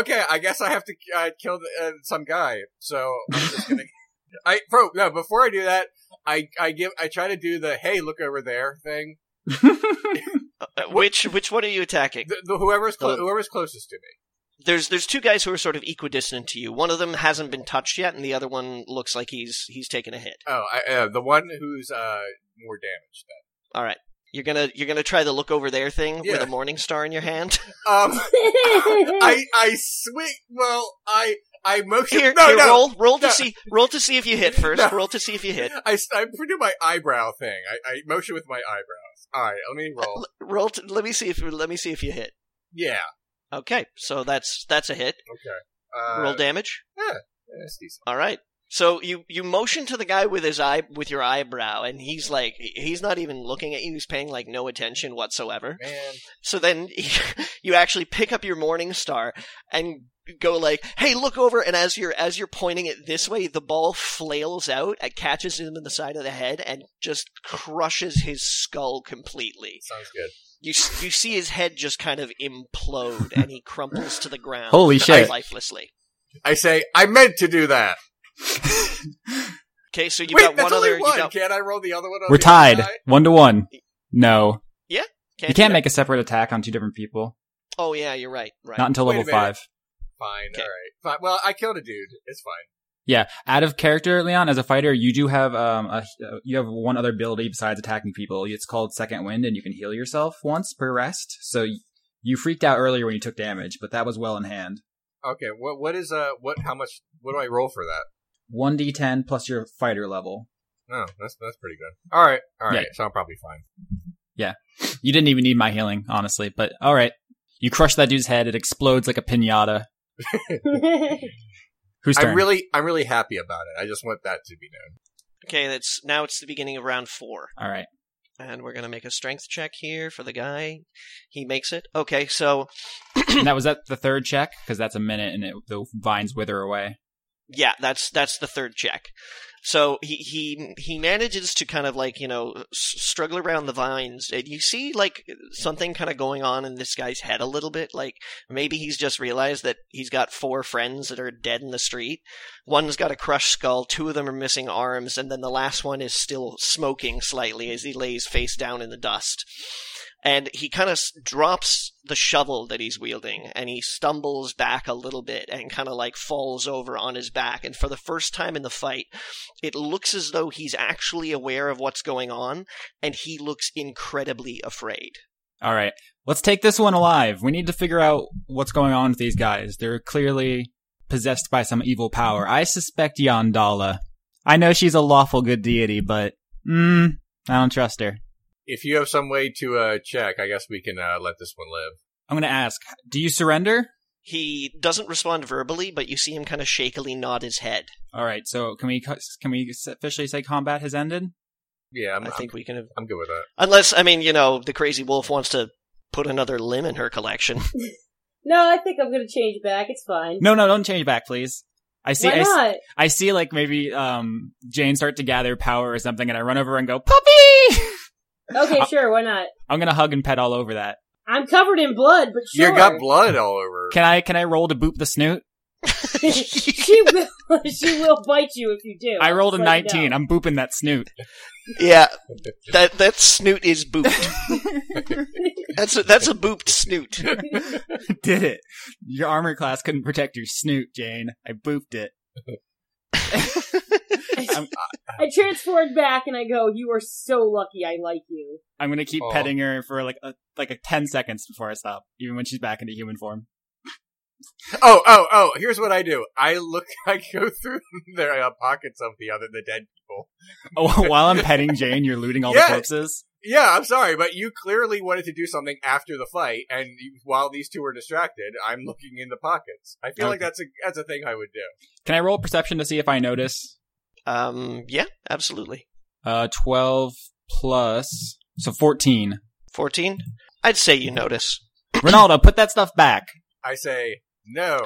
okay, I guess I have to uh, kill the, uh, some guy. So I'm just gonna. I bro, no. Before I do that, I I give I try to do the hey look over there thing.
Uh, uh, which which one are you attacking?
The, the whoever's clo-
The-
whoever's closest to me.
there's there's two guys who are sort of equidistant to you. One of them hasn't been touched yet, and the other one looks like he's he's taken a hit.
Oh, I, uh, the one who's uh more damaged. Then.
All right, you're gonna you're gonna try the look over there thing with
Yeah.
a morning star in your hand.
Um, I I swing. Well, I I motion.
Here,
no,
here,
no.
roll roll to
No.
see roll to see if you hit first.
No.
Roll to see if you hit.
I, s- I do my eyebrow thing. I, I motion with my eyebrows. All right, let me roll.
L- roll. To, let me see if let me see if you hit.
Yeah.
Okay, so that's that's a hit.
Uh,
roll damage.
That's decent.
All right. So you you motion to the guy with his eye with your eyebrow, and he's like he's not even looking at you. He's paying like no attention whatsoever.
Man.
So then you actually pick up your morning star and go like, "Hey, look over!" And as you're as you're pointing it this way, the ball flails out, it catches him in the side of the head, and just crushes his skull completely.
Sounds good.
You s- you see his head just kind of implode, and he crumples to the ground,
Holy shit.
lifelessly.
I say, I meant to do that.
Okay, so you've
Wait,
got
that's
one
only
other.
one.
You got,
Can't I roll the other one? on
We're
the other
tied,
side?
one to one. No, you can't
do
make a separate attack on two different people.
that. Oh yeah, you're right. Right.
Not until
Wait a
level
minute.
five.
Fine.
Okay.
All right. Fine. Well, I killed a dude. It's fine.
Yeah, out of character, Leon. As a fighter, you do have um, a, you have one other ability besides attacking people. It's called Second Wind, and you can heal yourself once per rest. So y- you freaked out earlier when you took damage, but that was well in hand.
Okay. What? What is uh? What? How much? What do I roll for that?
One d10 plus your fighter level.
Oh, that's that's pretty good. All right. All
Yeah.
right. So I'm probably fine.
You didn't even need my healing, honestly. But all right, you crush that dude's head. It explodes like a pinata. Who's turn?
I'm really I'm really happy about it. I just want that to be known.
Okay, that's now it's the beginning of round four.
all right.
And we're gonna make a strength check here for the guy. He makes it. Okay, so
And that was that the third check because that's a minute, and it, the vines wither away.
yeah, that's that's the third check. So he he he manages to kind of like you know s- struggle around the vines, and you see like something kind of going on in this guy's head a little bit. Like maybe he's just realized that he's got four friends that are dead in the street. One's got a crushed skull, two of them are missing arms, and then the last one is still smoking slightly as he lays face down in the dust. And he kind of drops the shovel that he's wielding and he stumbles back a little bit and kind of like falls over on his back. And for the first time in the fight, it looks as though he's actually aware of what's going on and he looks incredibly afraid.
All right, let's take this one alive. We need to figure out what's going on with these guys. They're clearly possessed by some evil power. I suspect Yandala. I know she's a lawful good deity, but Mm, I don't trust her.
If you have some way to uh, check, I guess we can uh, let this one live.
I'm going to ask, do you surrender?
He doesn't respond verbally, but you see him kind of shakily nod his head.
All right, so can we cu- can we officially say combat has ended?
Yeah, I'm,
I think we can.
I'm, I'm good with that.
Unless, I mean, you know, the crazy wolf wants to put another limb in her collection.
No, I think I'm gonna change back. It's fine.
No, no, don't change back, please. I see,
Why
I, s-
not?
I see, like maybe um Jane start to gather power or something, and I run over and go puppy.
Okay, sure. Why not?
I'm gonna hug and pet all over that.
I'm covered in blood, but sure.
You got blood all over.
Can I can I roll to boop the snoot?
she will. she will bite you if you do.
I rolled a
Just let you
19.
know.
I'm booping that snoot.
yeah, that that snoot is booped. that's a, that's a booped snoot.
Did it? Your armor class couldn't protect your snoot, Jane. I booped it.
I transformed back and I go. You are so lucky. I like you.
I'm gonna keep
Aw.
petting her for like a, like a ten seconds before I stop, even when she's back into human form.
Oh, oh, oh! Here's what I do. I look. I go through the uh, pockets of the other the dead people.
Oh, while I'm petting Jane, you're looting all
Yeah.
the corpses.
Yeah, I'm sorry, but you clearly wanted to do something after the fight, and you, while these two are distracted, I'm looking in the pockets. I feel like
Okay.
that's a that's a thing I would do.
Can I roll perception to see if I notice?
Um, yeah, absolutely.
Uh, twelve plus so fourteen.
Fourteen. I'd say you notice.
Ronaldo, put that stuff back.
I say no.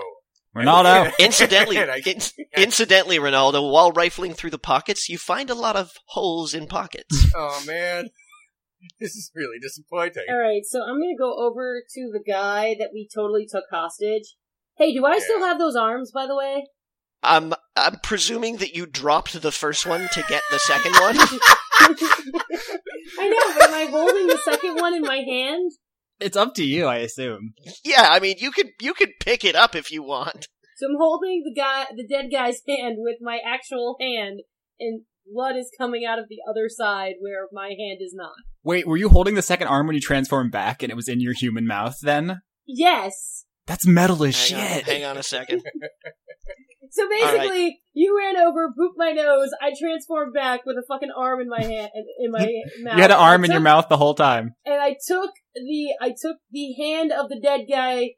Ronaldo,
Incidentally,
And I-
in- incidentally, Ronaldo, while rifling through the pockets, you find a lot of holes in pockets.
oh man, this is really disappointing.
All right. So I'm gonna go over to the guy that we totally took hostage. Hey, do I still
Yeah.
have those arms? By the way.
I'm Um, I'm presuming that you dropped the first one to get the second one.
I know, but am I holding the second one in my hand?
it's up to you, I assume.
yeah, I mean, you could you could pick it up if you want.
So I'm holding the guy, the dead guy's hand with my actual hand, and blood is coming out of the other side where my hand is not.
Wait, were you holding the second arm when you transformed back and it was in your human mouth then?
Yes.
That's metal as
Hang on,
shit.
hang on a second.
So basically, you ran over, pooped my nose. I transformed back with a fucking arm in my hand, in my mouth.
You had an arm in your
Took-
mouth the whole time.
and I took the I took the hand of the dead guy's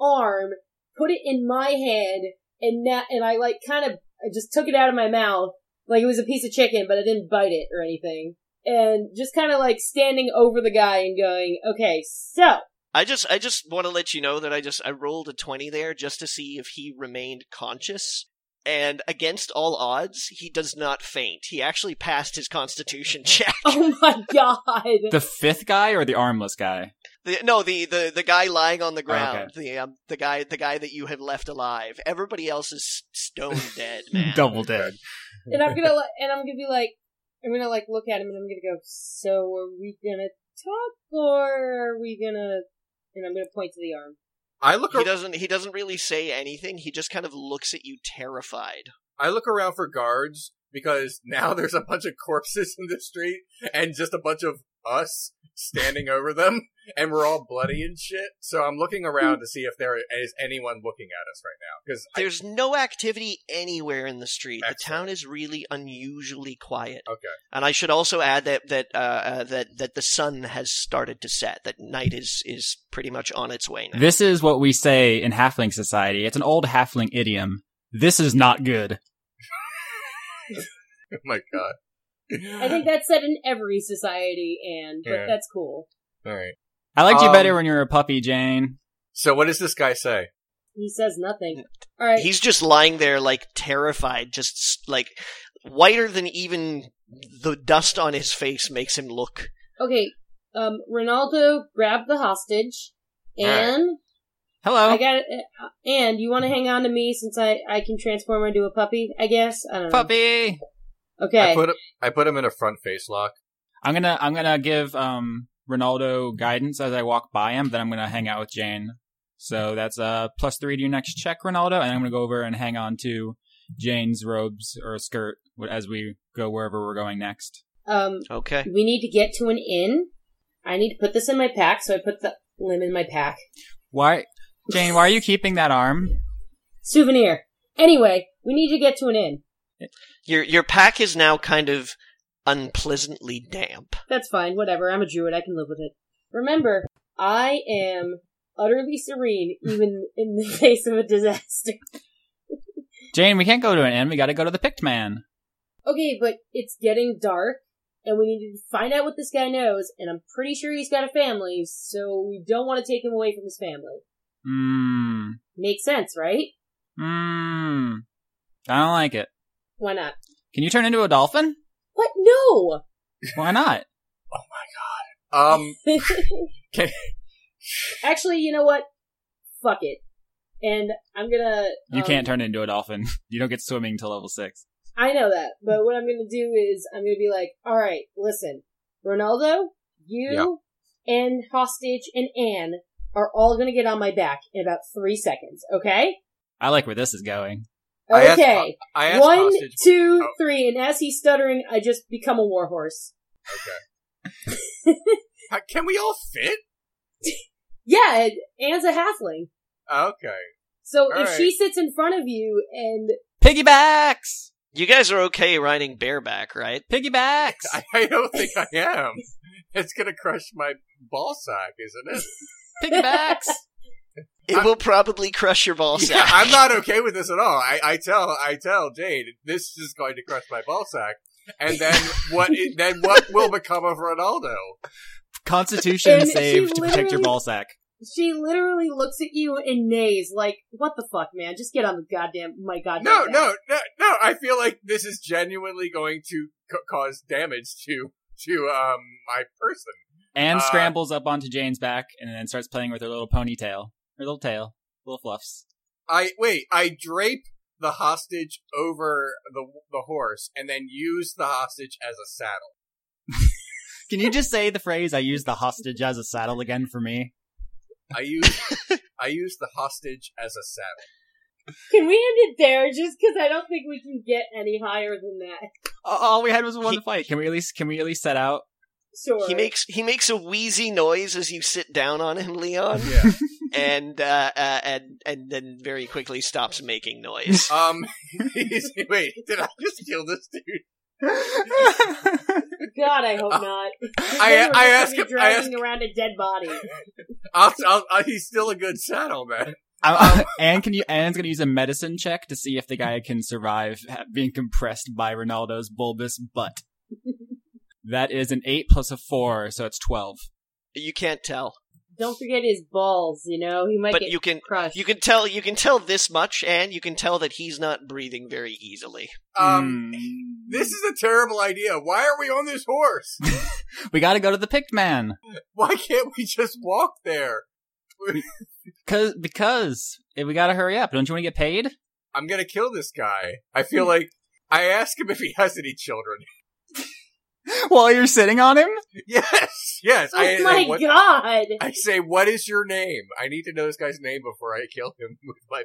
arm, put it in my hand, and na- and I like kind of I just took it out of my mouth like it was a piece of chicken, but I didn't bite it or anything, and just kind of like standing over the guy and going, okay, so
I just I just want to let you know that I just I rolled a 20 there just to see if he remained conscious. And against all odds, he does not faint. He actually passed his constitution check.
oh my god,
The fifth guy or the armless guy?
The, no, the, the the guy lying on the ground,
okay.
the um, the guy the guy that you have left alive. Everybody else is s- stone dead, man.
Double dead.
and I'm gonna li- and I'm gonna be like I'm gonna like look at him and I'm gonna go, so are we gonna talk or are we gonna? And I'm gonna point to the arm.
I look.
He
Ar-
doesn't he doesn't really say anything. He just kind of looks at you terrified.
I look around for guards because now there's a bunch of corpses in the street and just a bunch of us standing over them, and we're all bloody and shit. So I'm looking around to see if there is anyone looking at us right now because
There's no activity anywhere in the street. The
Excellent.
town is really unusually quiet.
Okay.
And I should also add that that uh, uh, that that the sun has started to set. That night is is pretty much on its way now.
This is what we say in halfling society. It's an old halfling idiom. This is not good.
oh my god.
I think that's said in every society, and but
Yeah.
that's cool.
All right.
I liked you
Um,
better when you were a puppy, Jane.
So what does this guy say?
He says nothing. All right,
He's just lying there, like terrified, just s- like whiter than even the dust on his face makes him look.
okay. Um, Ronaldo grabbed the hostage, and
Hello.
Oh.
I got. uh, And you want to hang on to me since I I can transform into a puppy? I guess I don't know.
puppy.
Okay.
I put him- I put him in a front face lock.
I'm gonna I'm gonna give um Ronaldo guidance as I walk by him. Then I'm gonna hang out with Jane. So that's uh plus three to your next check, Ronaldo. And I'm gonna go over and hang on to Jane's robes or skirt as we go wherever we're going next.
um,
Okay.
we need to get to an inn. I need to put this in my pack, so I put the limb in my pack.
Why, Jane? Why are you keeping that arm?
Souvenir. Anyway, we need to get to an inn.
Your your pack is now kind of unpleasantly damp.
That's fine. Whatever. I'm a druid. I can live with it. Remember, I am utterly serene, even in the face of a disaster.
Jane, we can't go to an inn. We got to go to the Pict Man.
Okay, but it's getting dark, and we need to find out what this guy knows, and I'm pretty sure he's got a family, so we don't want to take him away from his family.
Mmm.
Makes sense, right?
Mmm. I don't like it.
Why not?
Can you turn into a dolphin?
What? No!
Why not?
Um, Okay.
Actually, you know what? Fuck it. And I'm gonna.
You
um,
can't turn into a dolphin. You don't get swimming till level six.
I know that, but what I'm gonna do is I'm gonna be like, all right, listen, Ronaldo, you and hostage and Anne are all gonna get on my back in about three seconds, okay?
I like where this is going.
I asked-
Okay,
I asked
one, two, three,
hostage. Oh.
and as he's stuttering, I just become a warhorse.
"Ha- "Uh, Can we all fit?
Yeah, and Anne's a halfling,
Okay.
so
All
if
right.
she sits in front of you and
Piggybacks!
You guys are okay riding bareback, right?
Piggybacks!
I, I don't think I am. It's gonna crush my ball sack, isn't it?
Piggybacks!
It
I-
will probably crush your ball
Yeah,
sack.
I'm not okay with this at all. I, I tell I tell Jade this is going to crush my ball sack, and then what? i- then what will become of Ronaldo?
Constitution
And she
save to protect your
literally-
ball sack.
she literally looks at you and neighs like, "What the fuck, man? Just get on the goddamn my goddamn."
No,
back."
no, no, no. I feel like this is genuinely going to ca- cause damage to to um my person.
Anne
Uh,
scrambles up onto Jane's back and then starts playing with her little ponytail. Her little tail. Little fluffs.
I wait. I drape the hostage over the the horse, and then use the hostage as a saddle.
Can you just say the phrase, I use the hostage as a saddle again for me?
I use I use the hostage as a saddle.
Can we end it there? Just because I don't think we can get any higher than that.
A- All we had was one
He-
fight. Can we at least, can we at least set out?
Sure.
He makes he makes a wheezy noise as you sit down on him, Leon,
Yeah.
and uh, uh, and and then very quickly stops making noise.
Um. he's- wait, did I just kill this dude?
God, I hope not.
Uh, I I ask him. I ask.
dragging around a dead body.
I'll, I'll, i he's still a good saddle man.
Um, Anne, can you? Anne's gonna use a medicine check to see if the guy can survive ha- being compressed by Ronaldo's bulbous butt. That is an eight plus a four, so it's twelve.
You can't tell,
Don't forget his balls. You know he might
but
get
you can
crushed.
you can tell you can tell this much, and you can tell that he's not breathing very easily.
Um.
Hmm.
This is a terrible idea. Why are we on this horse?
we gotta go to the Pict Man,
Why can't we just walk there?
cause because eh, we gotta hurry up. Don't you want to get paid?
I'm gonna kill this guy. I
Hmm.
feel like I ask him if he has any children.
While you're sitting on him,
Yes, yes.
oh
I, I-
my
what-
god!
I say, what is your name? I need to know this guy's name before I kill him with my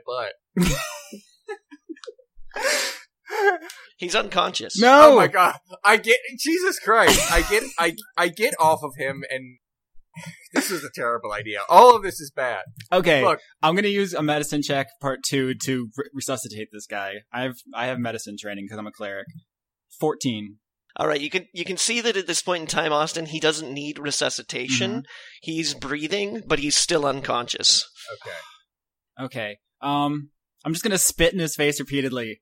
butt.
He's unconscious.
no.
Oh my god! I get Jesus Christ! I get I I get off of him, and this is a terrible idea. All of this is bad.
okay,
Look.
I'm gonna use a medicine check part two to re- resuscitate this guy. I've I have medicine training because I'm a cleric. Fourteen.
All right, you can you can see that at this point in time, Austin, he doesn't need resuscitation. He's breathing, but he's still unconscious.
Okay.
Okay. Um, I'm just gonna spit in his face repeatedly.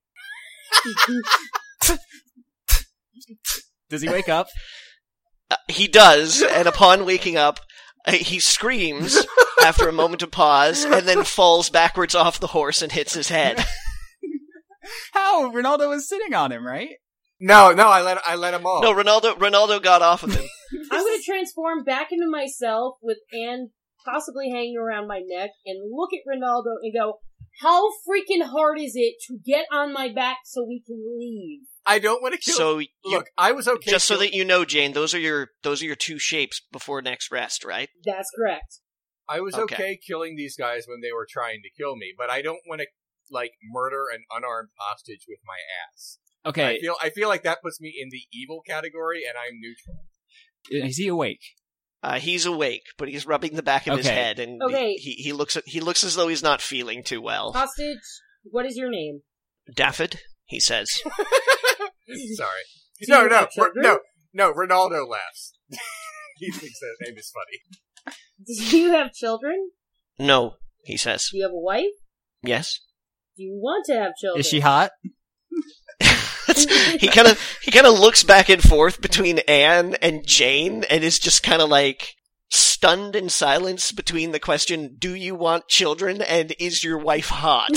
Does he wake up?
Uh, he does, and upon waking up, uh, he screams after a moment of pause, and then falls backwards off the horse and hits his head.
How Ronaldo was sitting on him, right?
No, no, I let I let him off.
No, Ronaldo Ronaldo got off of him.
I'm gonna transform back into myself with Anne possibly hanging around my neck and look at Ronaldo and go, "How freaking hard is it to get on my back so we can leave?"
I don't want to kill.
so you,
Look, I was okay.
just so
kill-
that you know, Jane, those are your those are your two shapes before next rest, right?
That's correct.
I was
Okay.
okay. killing these guys when they were trying to kill me, but I don't want to like murder an unarmed hostage with my ass. I
Okay.
feel I feel like that puts me in the evil category, and I'm neutral.
Is he awake?
Uh, he's awake, but he's rubbing the back of his
Okay.
head, and
Okay. Uh,
he, he looks he looks as though he's not feeling too
Oh.
well.
Hostage, what is your name?
Daffod, he says.
Sorry.
Do
No,
you
no,
have
we're-
children?
no. No, Ronaldo laughs. he thinks that name is funny.
Do you have children?
No, he says.
Do you have a wife?
Yes.
Do you want to have children?
Is she hot?
he kind of he kind of looks back and forth between Anne and Jane and is just kind of like stunned in silence between the question do you want children and is your wife hot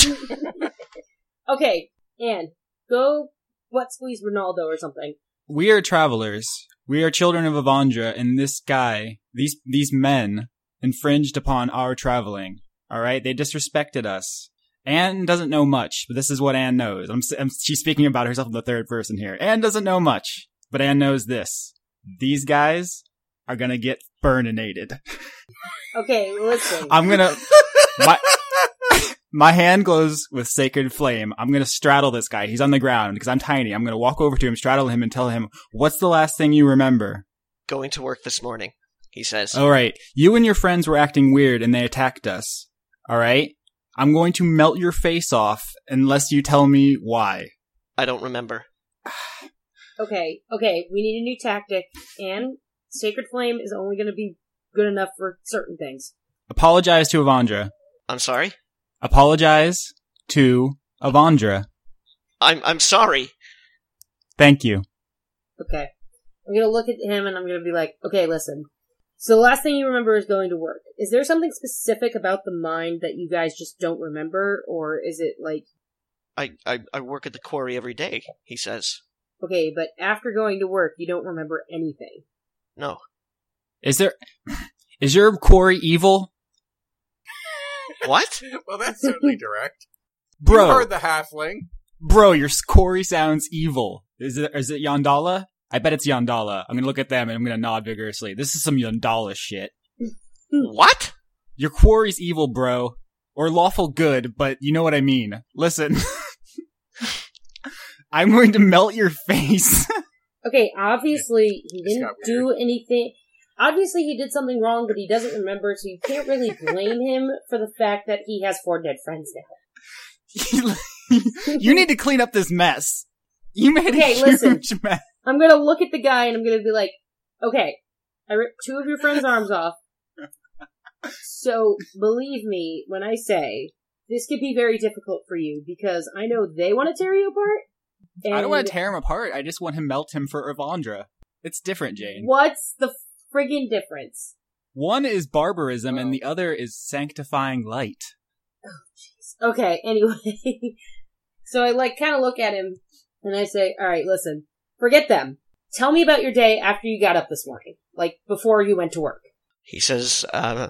Okay, Anne, go what squeeze Ronaldo or something.
We are travelers. We are children of Avandra, and this guy, these these men, infringed upon our traveling. All right, they disrespected us. Anne doesn't know much, but this is what Anne knows. I'm, s- I'm she's speaking about herself in the third person here. Anne doesn't know much, but Anne knows this: these guys are gonna get burninated.
Okay, listen.
I'm gonna my my hand glows with sacred flame. I'm gonna straddle this guy. He's on the ground because I'm tiny. I'm gonna walk over to him, straddle him, and tell him, "What's the last thing you remember?"
going to work this morning he says
All right, you and your friends were acting weird, and they attacked us. All right, I'm going to melt your face off unless you tell me why.
i don't remember
Okay, okay, we need a new tactic. Anne, Sacred Flame is only gonna be good enough for certain things.
Apologize to Avandra.
i'm sorry
Apologize to Avandra.
i'm i'm sorry
Thank you.
Okay. I'm gonna look at him and I'm gonna be like, okay, listen. So the last thing you remember is going to work. Is there something specific about the mind that you guys just don't remember? Or is it like,
I, I i work at the quarry every day he says
okay, but after going to work, you don't remember anything?
no
Is there is your quarry evil,
what
Well, that's certainly direct.
bro?
You heard the halfling.
bro, your Corey sounds evil. Is it is it Yandala? I bet it's Yandala. I'm gonna look at them and I'm gonna nod vigorously. This is some Yandala shit.
what
Your quarry's evil, bro. Or lawful good, but you know what I mean. Listen. I'm going to melt your face.
Okay, obviously he
This
didn't
got
do anything. Obviously he did something wrong, but he doesn't remember, so you can't really blame him for the fact that he has four dead friends now.
you need to clean up this mess. You made a
Okay,
huge
listen.
mess.
I'm gonna look at the guy and I'm gonna be like, okay, I ripped two of your friend's arms off. So believe me when I say this could be very difficult for you because I know they want to tear you apart.
I don't want
and
to tear him apart. I just want him melt him for Evandra. It's different, Jane.
What's the friggin' difference?
One is barbarism and the other is sanctifying light.
Okay, anyway. so I like kind of look at him and I say, all right, listen, forget them. Tell me about your day after you got up this morning, like before you went to work.
He says, uh,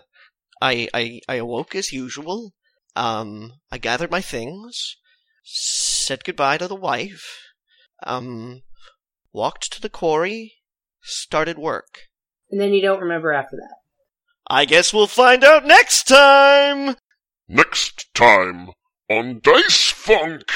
I, I, I awoke as usual. Um, I gathered my things, said goodbye to the wife, um, walked to the quarry, started work.
And then you don't remember after that.
I guess we'll find out next time!
Next time on Dice Funk.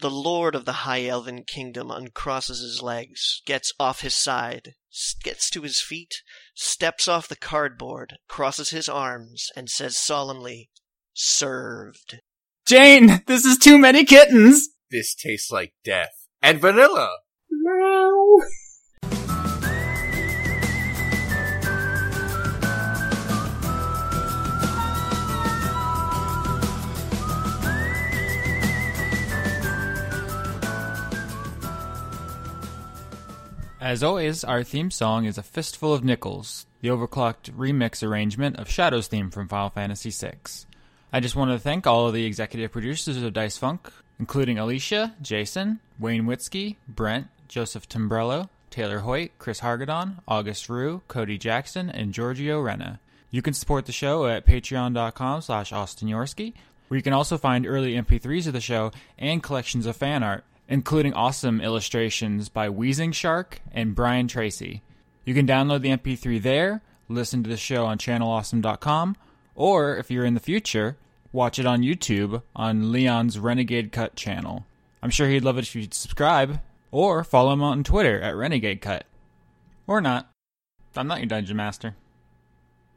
The lord of the high elven kingdom uncrosses his legs, gets off his side, s- gets to his feet, steps off the cardboard, crosses his arms, and says solemnly, Served.
Jane, this is too many kittens.
This tastes like death and vanilla.
No.
As always, our theme song is A Fistful of Nickels, the overclocked remix arrangement of Shadow's theme from Final Fantasy VI. I just want to thank all of the executive producers of Dice Funk, including Alicia, Jason, Wayne Witzke, Brent, Joseph Timbrello, Taylor Hoyt, Chris Hargadon, August Rue, Cody Jackson, and Giorgio Renna. You can support the show at patreon.com slash austinyorski, where you can also find early MP3s of the show and collections of fan art, including awesome illustrations by Wheezing Shark and Brian Tracy. You can download the MP3 there, listen to the show on channelawesome.com, or if you're in the future, watch it on YouTube on Leon's Renegade Cut channel. I'm sure he'd love it if you'd subscribe, or follow him on Twitter at Renegade Cut. Or not. I'm not your dungeon master.